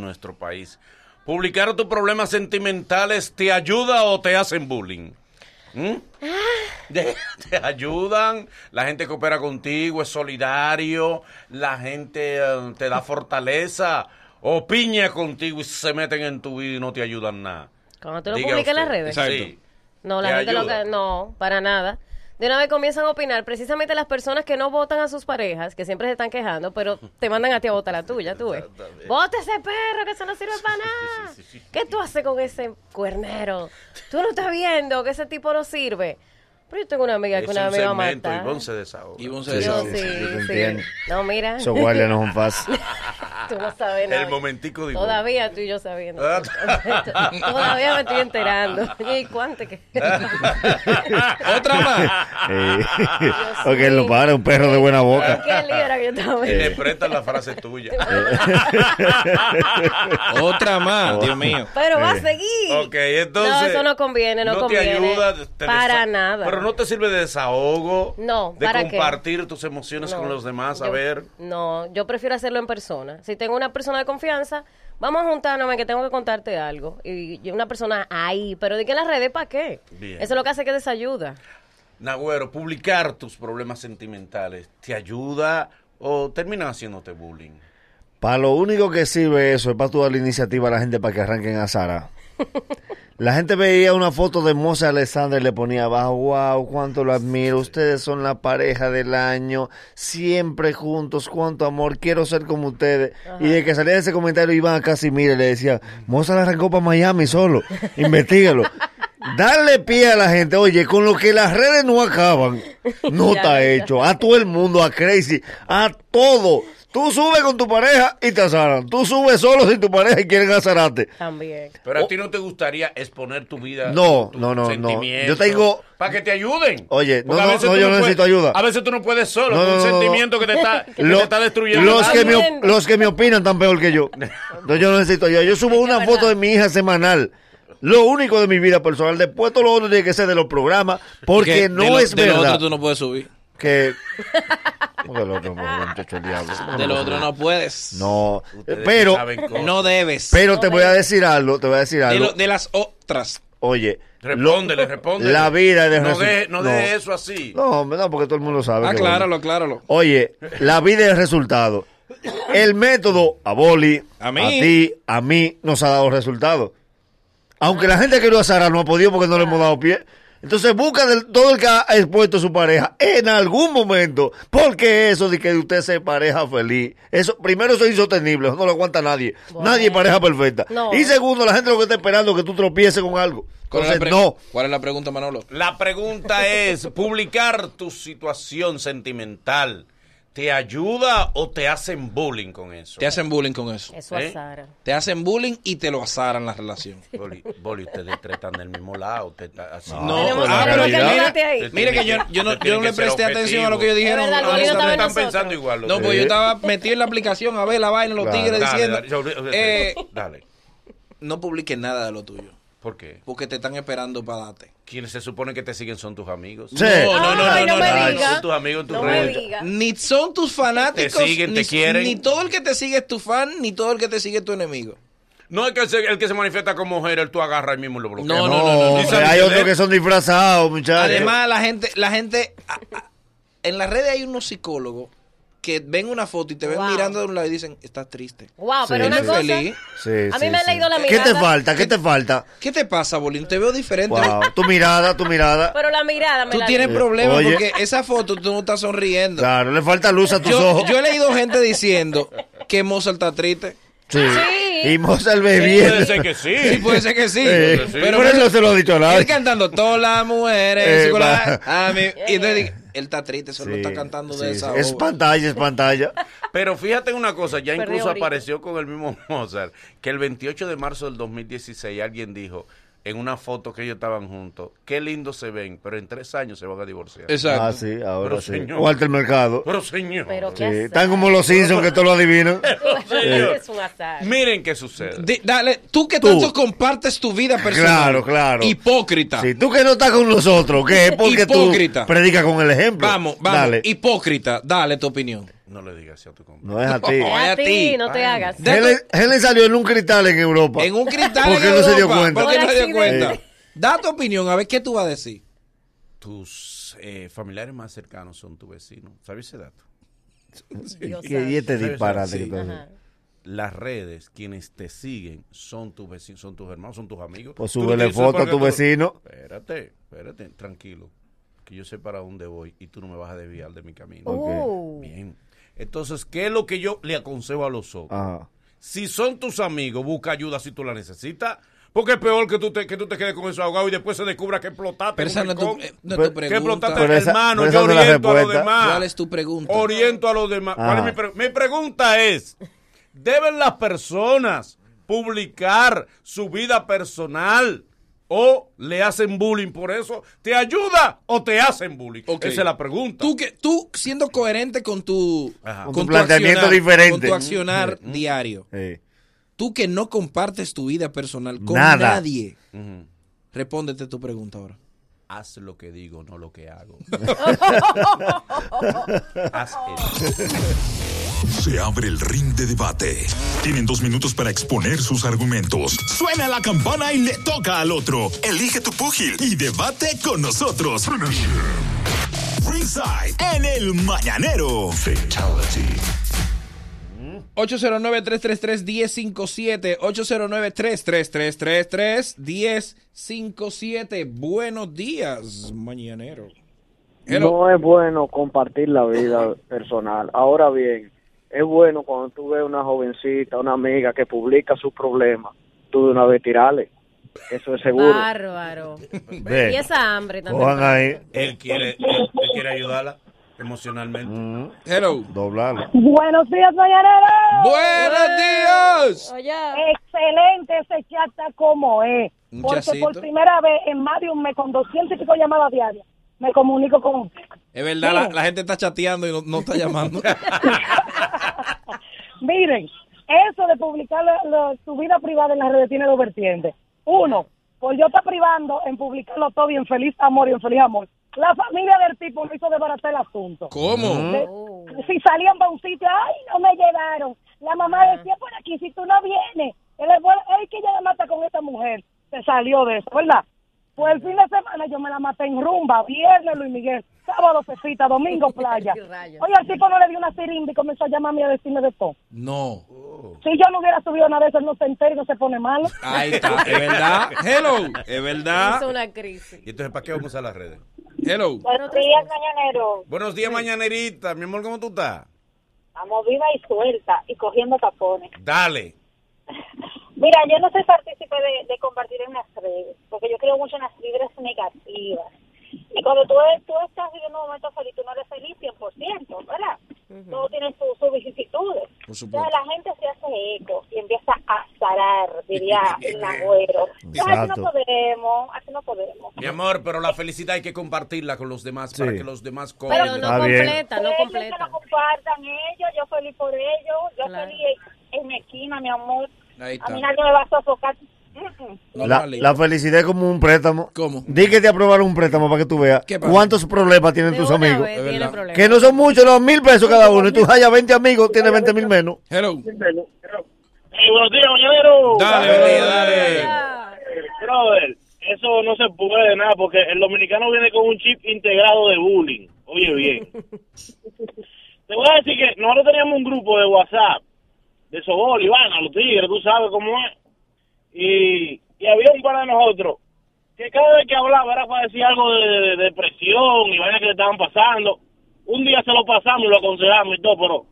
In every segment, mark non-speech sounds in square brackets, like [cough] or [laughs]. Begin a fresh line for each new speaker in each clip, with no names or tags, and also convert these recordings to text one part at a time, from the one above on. nuestro país. ¿Publicar tus problemas sentimentales te ayuda o te hacen bullying? ¿Mm?
Ah.
De- [laughs] Te ayudan, la gente coopera contigo, es solidario, la gente eh, te da fortaleza, o piña contigo y se meten en tu vida y no te ayudan nada.
Cuando tú lo
Diga
publicas en las
usted.
redes.
Exacto.
Sí.
No,
¿Te
la gente lo
ayuda?
que- no, para nada. De una vez comienzan a opinar, precisamente las personas que no votan a sus parejas, que siempre se están quejando, pero te mandan a ti a votar la tuya, tú ves.
Exactamente.
Vota ese perro, que eso no sirve para nada.
sí, sí, sí.
¿Qué tú haces con ese cuernero? Tú no estás viendo que ese tipo no sirve. Pero yo tengo una amiga
Es
que una
un
vez me va a
segmento,
matar.
Ivonne se desahoga.
Ivonne se
Yo
Sí,
desahoga.
sí, sí, yo te
sí, sí.
entiendo.
No, mira,
Esos guardias no son fáciles.
tú no sabes nada.
Ah, El momentico de Ivonne.
Todavía tú y yo sabiendo.
Ah.
[laughs] Todavía me estoy enterando. ¿Y
[laughs]
cuánto que?
[laughs]
Ah.
Otra más.
Sí.
[laughs] Dios
Eh, [laughs] Porque
mío.
lo para un perro de buena
Ah.
boca.
¿Qué lío era que yo estaba
Y [laughs] le
viendo?
prestan la frase
[laughs]
tuya.
Eh,
Otra más. Ah, Dios mío.
Pero va a seguir.
Ok, entonces.
[laughs] No, eso no conviene, no,
te
conviene.
ayuda. te
para
desa-
nada.
Pero no te sirve de desahogo.
No,
De
¿para qué?
compartir tus emociones
No,
con los demás, a
yo-
ver.
No, yo prefiero hacerlo en persona. Si tengo una persona de confianza, vamos a juntarnos ven, que tengo que contarte algo. Y y una persona ahí, pero de que en las redes, ¿para qué?
Bien.
Eso es lo que hace que desayuda.
Nagüero, publicar tus problemas sentimentales, ¿te ayuda o termina haciéndote bullying?
Para lo único que sirve eso es para tú dar la iniciativa a la gente para que arranquen a Sara. La gente veía una foto de Mose Alexander y le ponía abajo, wow, cuánto lo admiro, ustedes son la pareja del año, siempre juntos, cuánto amor, quiero ser como ustedes. Y de que salía ese comentario iban a Casimiro y le decía, Mozart arrancó para Miami solo, investigalo. Darle pie a la gente, oye, con lo que las redes no acaban, no está hecho. A todo el mundo, a Crazy, a todo. Tú subes con tu pareja y te azaran. Tú subes solo sin tu pareja y quieren azararte.
También.
Pero a ti no te gustaría exponer tu vida.
No, no, no, no. Yo tengo-
Para que te ayuden.
Oye, no,
Porque a
no,
veces
no,
tú
yo
puedes-
necesito ayuda.
A veces tú no puedes solo.
No,
con
no,
un
no, no.
sentimiento que te está, que te
Lo-
está destruyendo.
Los que, me, op-
También.
los que me opinan tan peor que yo. Entonces yo no necesito ayuda. Yo subo una foto de mi hija semanal. Lo único de mi vida personal. Después todo lo otro tiene que ser de los programas. Porque
Que
no
de lo-
es
De lo
verdad
otro tú no puedes subir.
que... Porque lo otro, porque, muchacho, el diablo.
Ah,
De lo otro no puedes.
No.
Ustedes
Pero,
saben cosas.
No debes.
pero te voy a decir algo. Te voy a decir
de,
algo.
lo- de las otras.
Oye.
Respóndele, respóndele.
La vida de
No
resu-
deje no
no.
deje eso así.
No, hombre, no, porque todo el mundo sabe. que-
Acláralo, acláralo.
Oye, la vida es el resultado. El método a Boli,
A
a,
mí.
ti, a mí, nos ha dado resultados. Aunque la gente que lo azara no ha podido porque no le hemos dado pie. Entonces busca del- todo el que ha expuesto su pareja en algún momento. Porque eso de que usted se pareja feliz, eso primero eso es insostenible, eso no lo aguanta nadie.
Bueno.
Nadie es pareja perfecta.
No.
Y segundo, la gente lo que está esperando es que tú tropieces con algo.
¿Cuál es la
Entonces,
pre-
no.
¿Cuál es la pregunta, Manolo?
La pregunta es, ¿publicar tu situación sentimental te ayuda o te hacen bullying con eso?
Te hacen bullying con eso.
Eso
¿Eh?
azara.
Te hacen bullying y te lo azaran la relación.
Boli, Boli, ustedes tres están del mismo lado. usted está así.
No,
Tenemos-
pero la
tenemos que
realidad-
ayudarte ahí.
Usted
Mire
tiene
que yo, yo no,
usted
yo
tiene
no le
que ser
presté atención a lo que ellos
objetivo.
dijeron.
Es verdad,
No,
Boli no
ustedes
estaba en
están
honestamente.
nosotros.
pensando igual. los
No,
tres.
pues yo estaba metido en la aplicación a ver la vaina, los
Claro.
tigres
Dale,
diciendo.
dale, yo- yo- yo-
eh,
dale.
no publiques nada de lo tuyo.
¿Por qué?
Porque te están esperando para darte.
Quienes se supone que te siguen son tus amigos.
Sí.
No,
Ay,
no, no,
no,
no, no,
me
no,
digas.
son tus amigos en tus
no
redes.
me digas.
Ni son tus fanáticos.
Te siguen, te
ni,
quieren.
Ni todo el que te sigue es tu fan, ni todo el que te sigue es tu enemigo.
No es que se- el que se manifiesta como mujer, él tú agarras y mismo lo bloqueas.
No,
No, no, no, no.
hombre,
Ni
hay
San
otros que son disfrazados, muchachos.
Además, la gente, la gente, a- a- en las redes hay unos psicólogos que ven una foto y te ven
Wow.
mirando de un lado y dicen, estás triste.
Wow, pero
Sí,
una
sí.
cosa.
Feliz.
Sí,
A mí
sí,
me han
sí.
leído la
¿Qué te
mirada.
falta? ¿Qué te falta?
¿Qué te pasa, Bolín? Te veo diferente.
Wow, tu mirada, tu mirada.
Pero la mirada me
Tú
la
tienes
dio.
problemas
Oye.
porque esa foto tú no estás sonriendo.
Claro, le falta luz a tus
Yo,
ojos.
yo he leído gente diciendo que Mozart está triste.
Sí.
Sí.
Y Mozart
Puede
bebiendo.
ser que sí.
Sí, pues. puede ser que sí.
Eh,
Pero
por eso se lo ha dicho a
él
nadie.
cantando todas las mujeres.
Eh,
psicóloga,
[laughs]
va.
a mí- y entonces dije, él está triste, eso lo
Sí,
está cantando de
sí,
esa
sí. Es
obra.
pantalla, es pantalla.
Pero fíjate en una cosa, ya
Perdió
incluso
ahorita.
apareció con el mismo [laughs] Mozart, que el 28 de marzo del 2016 alguien dijo en una foto que ellos estaban juntos, qué lindos se ven, pero en tres años se van a divorciar.
Exacto.
Ah, sí, ahora
Pero,
sí.
señor.
Walter Mercado.
Pero señor,
Pero qué
Sí.
azar.
Están como los Simpsons que todo lo adivinan.
señor.
[laughs]
eh,
Es un azar.
miren qué sucede.
Di- dale, tú que
Tú.
tanto compartes tu vida personal.
Claro, claro.
Hipócrita.
Si tú que no estás con nosotros, que es porque
Hipócrita.
tú predicas con el ejemplo.
Vamos, vamos.
Dale.
Hipócrita, dale tu opinión.
No le digas eso a tu compañero.
No es a ti.
No, es
a
a
ti,
ti.
no te hagas.
De-
Helen, Helen salió en un cristal en Europa.
En
[laughs]
un cristal
¿Por qué
en
no se dio
Europa,
cuenta?
¿Por qué
Por
no se dio
accidente.
cuenta? Da tu opinión, a ver qué tú vas a decir.
Tus eh, familiares más cercanos son tus vecinos. ¿Sabes ese dato?
Dios
Qué
sabe.
dieta
Sí,
este disparate
sí.
que tú haces.
Ajá.
Las redes, quienes te siguen, son tus vecinos, son tus hermanos, son tus amigos.
Pues
Tú no
súbele
tienes
foto a
por qué
tu
tú-
vecino.
Espérate, espérate, tranquilo. Que yo sé para dónde voy y tú no me vas a desviar de mi camino.
Oh.
Bien. Entonces, ¿qué es lo que yo le aconsejo a los otros?
Ajá.
Si son tus amigos, busca ayuda si tú la necesitas. Porque es peor que tú te, que tú te quedes con eso ahogado y después se descubra que explotaste.
Pero esa
en
no
un
es tu,
rincón.
eh, no es
Pero- ¿qué Ah.
tu pregunta.
Pregunta,
Pero esa-
hermano,
pero
yo
esa no es la
oriento a los
respuesta.
demás.
¿Cuál es tu pregunta?
Oriento a los demás. ¿Cuál es
Ajá.
mi, pre- mi pregunta es, ¿deben las personas publicar su vida personal o le hacen bullying por eso? ¿Te ayuda o te hacen bullying?
Ok.
Esa es la pregunta.
Tú, que, tú siendo coherente con tu,
Ajá.
Con tu planteamiento diferente.
Con tu accionar diario.
Sí.
Tú que no compartes tu vida personal con
Nada.
nadie.
Ujú.
Respóndete tu pregunta ahora.
Haz lo que digo, no lo que
[laughs]
hago. Haz eso.
Se abre el ring de debate. Tienen dos minutos para exponer sus argumentos. Suena la campana y le toca al otro. Elige tu púgil y debate con nosotros. Ringside en el mañanero.
809-333-1057. 809-333-1057. Buenos días, mañanero. Hello.
No es bueno compartir la vida [laughs] personal. Ahora bien, es bueno cuando tú ves una jovencita, una amiga que publica sus problemas, tú de una vez tirale. Eso es seguro.
Bárbaro.
Ve.
Y esa hambre también.
Eh. Cojan ahí.
Él quiere, él- él quiere ayudarla emocionalmente.
Hello.
Doblarlo.
Buenos días, mañanero.
Buenos días.
Oye.
Excelente ese chat está como es.
Un
Porque por
chacito.
primera vez en más de un mes, con 200 y pico llamadas diarias, me comunico con usted.
Es verdad, la, la gente está chateando y no, no está llamando.
Miren, eso de publicar la- la- su vida privada en las redes tiene dos vertientes. Uno, por yo estar privando en publicarlo todo y en feliz amor y en feliz amor. La familia del tipo me hizo desbaratar el asunto.
¿Cómo?
De- ¿Eh? Si salían para un sitio, ay, no me llevaron. La mamá decía por aquí, si tú no vienes, el abuelo, ay, que ya la mata con esta mujer. Se salió de eso, ¿verdad? Pues el fin de semana yo me la maté en rumba, viernes Luis Miguel, sábado Pepita, domingo playa.
Qué rayos.
Oye, el tipo no le dio una sirimba y comenzó a llamarme a decirme de todo.
No.
Si yo no hubiera subido nada de eso, él no se entera y no se pone malo.
Ahí está. Es verdad. Hello.
Ah.
Es
Hizo
verdad.
una crisis.
Y entonces, ¿para qué vamos a las redes?
Hello.
Buenos días, mañanero.
Buenos días, mañanerita. Mi amor, ¿cómo tú estás?
Vamos viva y suelta y cogiendo tapones.
Dale.
Mira, yo no soy partícipe de, de compartir en las redes, porque yo creo mucho en las vibras negativas. Y cuando tú, tú estás viviendo un momento feliz, tú no eres feliz 100%, ¿verdad? Todo tiene su- sus vicisitudes.
Por supuesto.
Entonces la gente se hace eco y empieza a zarar,
[laughs]
diría el agüero. Entonces, así
Exacto.
no podemos, así no podemos.
Mi amor, pero la felicidad hay que compartirla con los demás para
Sí.
que los demás coman.
Pero no
Está bien.
completa, no
Ellos que
completa.
lo compartan ellos, yo feliz por ellos, yo
Claro.
feliz en mi esquina, mi amor.
Ahí
A
está.
mí nadie me va a sofocar. Mm, mm.
No,
La,
vale.
la felicidad es como un préstamo.
¿Cómo?
Di que te aprobaron un préstamo para que tú veas
¿Qué pasa?
cuántos problemas tienen
De
tus
una
amigos.
vez
Es
tiene
verdad.
problemas.
Que no son muchos, los mil pesos cada
[laughs]
uno. Y tú hallas 20 amigos, tienes 20 mil menos.
Hello.
Buenos días, mañanero.
Dale, María,
Eh,
dale.
Ya.
Brother, eso no se puede nada porque el dominicano viene con un chip integrado de bullying. Oye, bien. Te voy a decir que nosotros teníamos un grupo de WhatsApp de Sobol, Ivana, los tigres, tú sabes cómo es. Y, y había un par de nosotros que cada vez que hablaba era para decir algo de, de- de depresión y vaya que le estaban pasando. Un día se lo pasamos y lo aconsejamos y todo, pero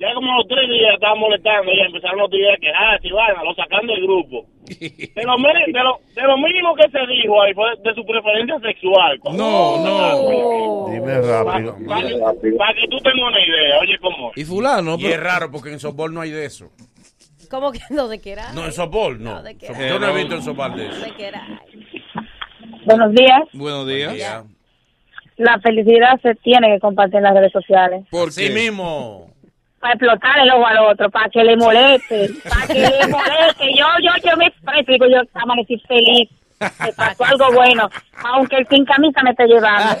ya como a los tres días estaban molestando y empezaron los tigres a quejarse, Ivana, lo sacando del grupo. De lo, me- de lo- de lo mínimo que se dijo ahí fue de su preferencia sexual.
No,
uh,
no.
Oh.
Dime rápido.
Para que, pa' que tú tengas una idea, oye, cómo. es.
Y
Ah,
fulano,
Y es
pero,
raro porque en softball no hay de eso.
Como que no te quieras.
No, en softball no.
No, ¿de qué?
Softball- Yo no he visto en softball de
No
eso.
te quieras.
Buenos días.
buenos días.
Ya.
La felicidad se tiene que compartir en las redes sociales.
¿Por
Así
qué?
mismo.
Para explotar el ojo al otro, para que le moleste, para que le moleste. Yo, yo, yo me expreso, digo, yo amanecí feliz. Te pasó algo bueno, aunque el sin camisa me esté llevando.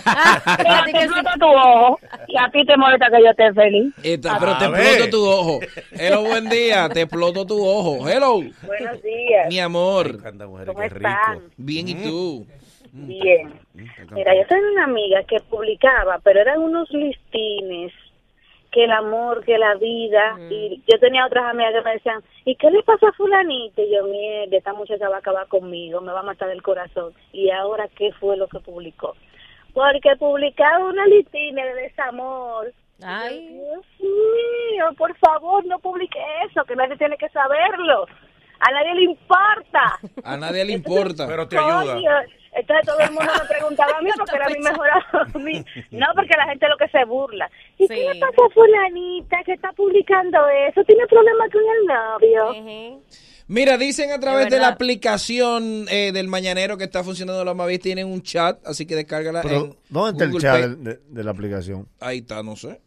Pero te exploto tu ojo y a ti te molesta que yo esté feliz.
Esta- pero te
Ah, A ver.
exploto tu ojo. Hello, buen día. Te exploto tu ojo. Hello,
Buenos días.
mi
Ay, Mm.
amor.
cuántas mujeres,
¿Cómo
qué
están?
rico.
Bien, ¿y tú?
Bien. Mira, yo tenía una amiga que publicaba, pero eran unos listines, que el amor, que la vida, y yo tenía otras amigas que me decían, ¿y qué le pasa a fulanita? Y yo, mierda, esta muchacha va a acabar conmigo, me va a matar el corazón. ¿Y ahora qué fue lo que publicó? Porque publicaba una listina de desamor.
Ay.
Dios mío, por favor, no publique eso, que nadie tiene que saberlo. A nadie le importa.
A nadie le importa.
Pero te ayuda.
Coño, Entonces todo el mundo me preguntaba
[laughs]
a mí porque era mi mejor amigo. No, porque la gente lo que se burla. ¿Y qué
Sí.
le pasa a fulanita que está publicando eso? ¿Tiene problemas con el novio?
Ujú.
Mira, dicen a través
Es
de la
verdad.
aplicación eh, del Mañanero que está funcionando la Mavis, tienen un chat, así que descárgala en
Pero, ¿dónde está el
Google
chat
Play.
del- de, de la aplicación?
Ahí está, no sé.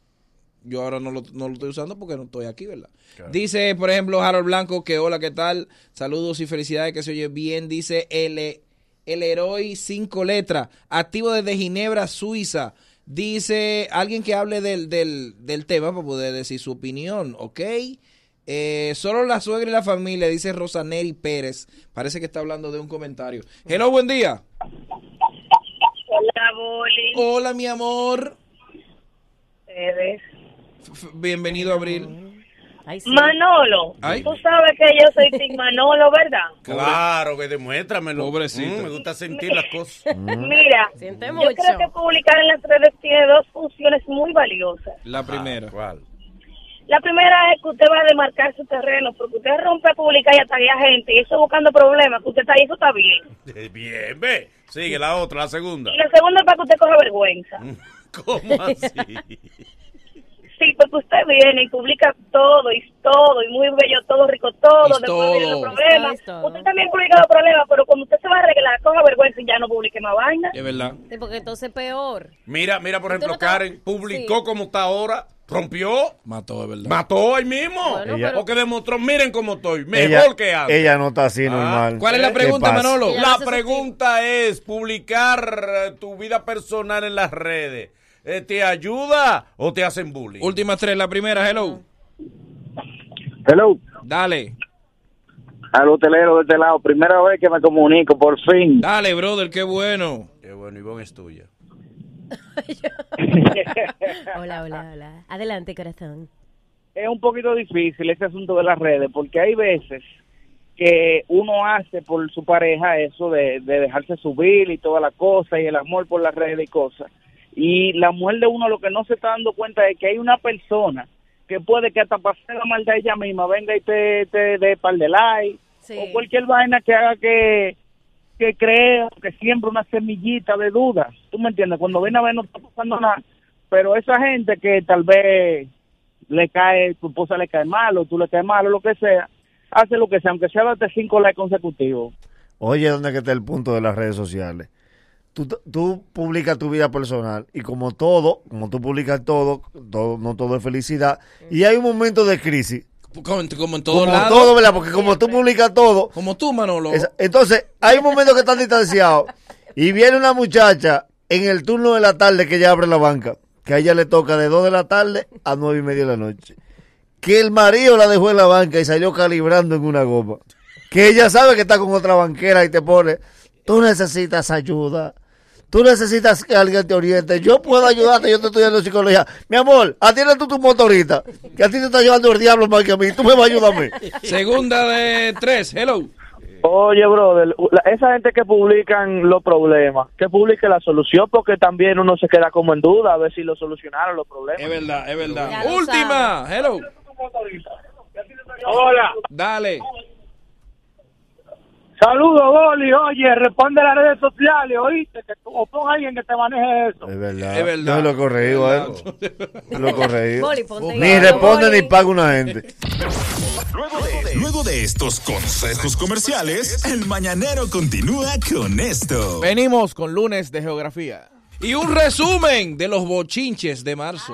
Yo ahora no lo, no lo estoy usando porque no estoy aquí, ¿verdad? Dice, por ejemplo, Harold Blanco, que hola, ¿qué tal? Saludos y felicidades, que se oye bien. Dice el, el héroe cinco letras, activo desde Ginebra, Suiza. Dice alguien que hable del, del, del tema para poder decir su opinión, ¿ok? Eh, solo la suegra y la familia, dice Rosaneri Pérez. Parece que está hablando de un comentario. Hello, buen día.
Hola, Boli.
Oh.
Hola, mi amor.
Ustedes.
F- f- Bienvenido, Abril.
Ay, sí.
Manolo,
Ay.
tú sabes que yo soy Tim Manolo, ¿verdad?
Claro, que demuéstramelo.
Pobrecita.
Mm, me gusta sentir las cosas.
Ah, Mira,
Siente
yo
mucho.
creo que publicar en las redes tiene dos funciones muy valiosas.
La primera.
Ah, ¿Cuál?
La primera es que usted va a demarcar su terreno, porque usted rompe a publicar y ataque a gente, y eso buscando problemas, que usted está ahí, eso está bien.
Eh, Bien, ve. Sigue la otra, la segunda.
Y la segunda es para que usted coja vergüenza.
Mm.
¿Cómo
[laughs]
así?
Sí, porque usted viene y publica todo, y todo, y muy bello, todo rico, todo,
Y
después vienen
todo.
los problemas.
Es todo, es todo.
Usted también publica los problemas, pero cuando usted se va a arreglar, coja vergüenza y ya no publique más vaina.
Es verdad.
Sí, porque entonces peor.
Mira, mira, por
Tú no
ejemplo,
te-
Karen publicó
Sí.
como está ahora, rompió,
Mató, es verdad.
mató ahí mismo.
Bueno,
Ella-
pero-
Porque demostró, miren cómo estoy, mejor que antes.
ella no está así,
Ah,
normal.
¿Cuál es
¿Qué
la pregunta,
pasa?
Manolo?
Ella no
La
se
pregunta es, publicar eh, tu vida personal en las redes, eh, ¿te ayuda o te hacen bullying?
Últimas tres. La primera, hello.
Hello,
Dale.
al hotelero de este lado, primera vez que me comunico, por fin.
Dale, brother, qué bueno.
Qué bueno, Ivonne es tuya.
Hola, hola, hola. Adelante, corazón.
es un poquito difícil ese asunto de las redes, porque hay veces que uno hace por su pareja eso de, de dejarse subir y toda la cosa y el amor por las redes y cosas. Y la mujer de uno lo que no se está dando cuenta es que hay una persona que puede que hasta pase la maldad ella misma, venga y te, te dé par de like
Sí.
o cualquier vaina que haga que que crea, que siembra una semillita de duda. ¿Tú me entiendes? Cuando viene a ver no está pasando nada. Pero esa gente que tal vez le cae, tu esposa le cae mal o tú le caes mal o lo que sea, hace lo que sea, aunque sea darte cinco likes consecutivos.
Oye, ¿dónde que está el punto de las redes sociales? Tú, tú publicas tu vida personal y como todo, como tú publicas todo, todo- no todo es felicidad, y hay un momento de crisis.
Como, en- como en todos
Como
lados.
todo, ¿verdad? Porque como tú publicas todo,
Como tú, Manolo.
esa- entonces hay un momento que están distanciados y viene una muchacha en el turno de la tarde que ella abre la banca, que a ella le toca de 2 de la tarde a 9 y media de la noche. Que el marido la dejó en la banca y salió calibrando en una goma. Que ella sabe que está con otra banquera y te pone, tú necesitas ayuda. Tú necesitas que alguien te oriente. Yo puedo ayudarte, yo te estoy dando psicología. Mi amor, atiende tú tu motorita, que a ti te está llevando el diablo más que a mí. Tú me vas a ayudar a mí.
Segunda
[laughs]
de tres, hello.
Oye, brother, la- esa gente que publican los problemas, que publique la solución, porque también uno se queda como en duda a ver si lo solucionaron los problemas.
Es verdad, es verdad.
Ya lo
Última, hello.
Hola.
Dale.
Saludos, Boli. Oye, responde a las redes sociales, oíste, que, o pon a alguien que te maneje eso.
Es verdad.
Es verdad.
Yo lo corrijo, ¿eh? Yo lo corrijo.
Boli, ponte
ni
ahí.
responde
Boli.
ni paga una gente.
Luego de estos consejos comerciales, el mañanero continúa con esto.
Venimos con lunes de geografía.
Y un resumen de los bochinches de marzo.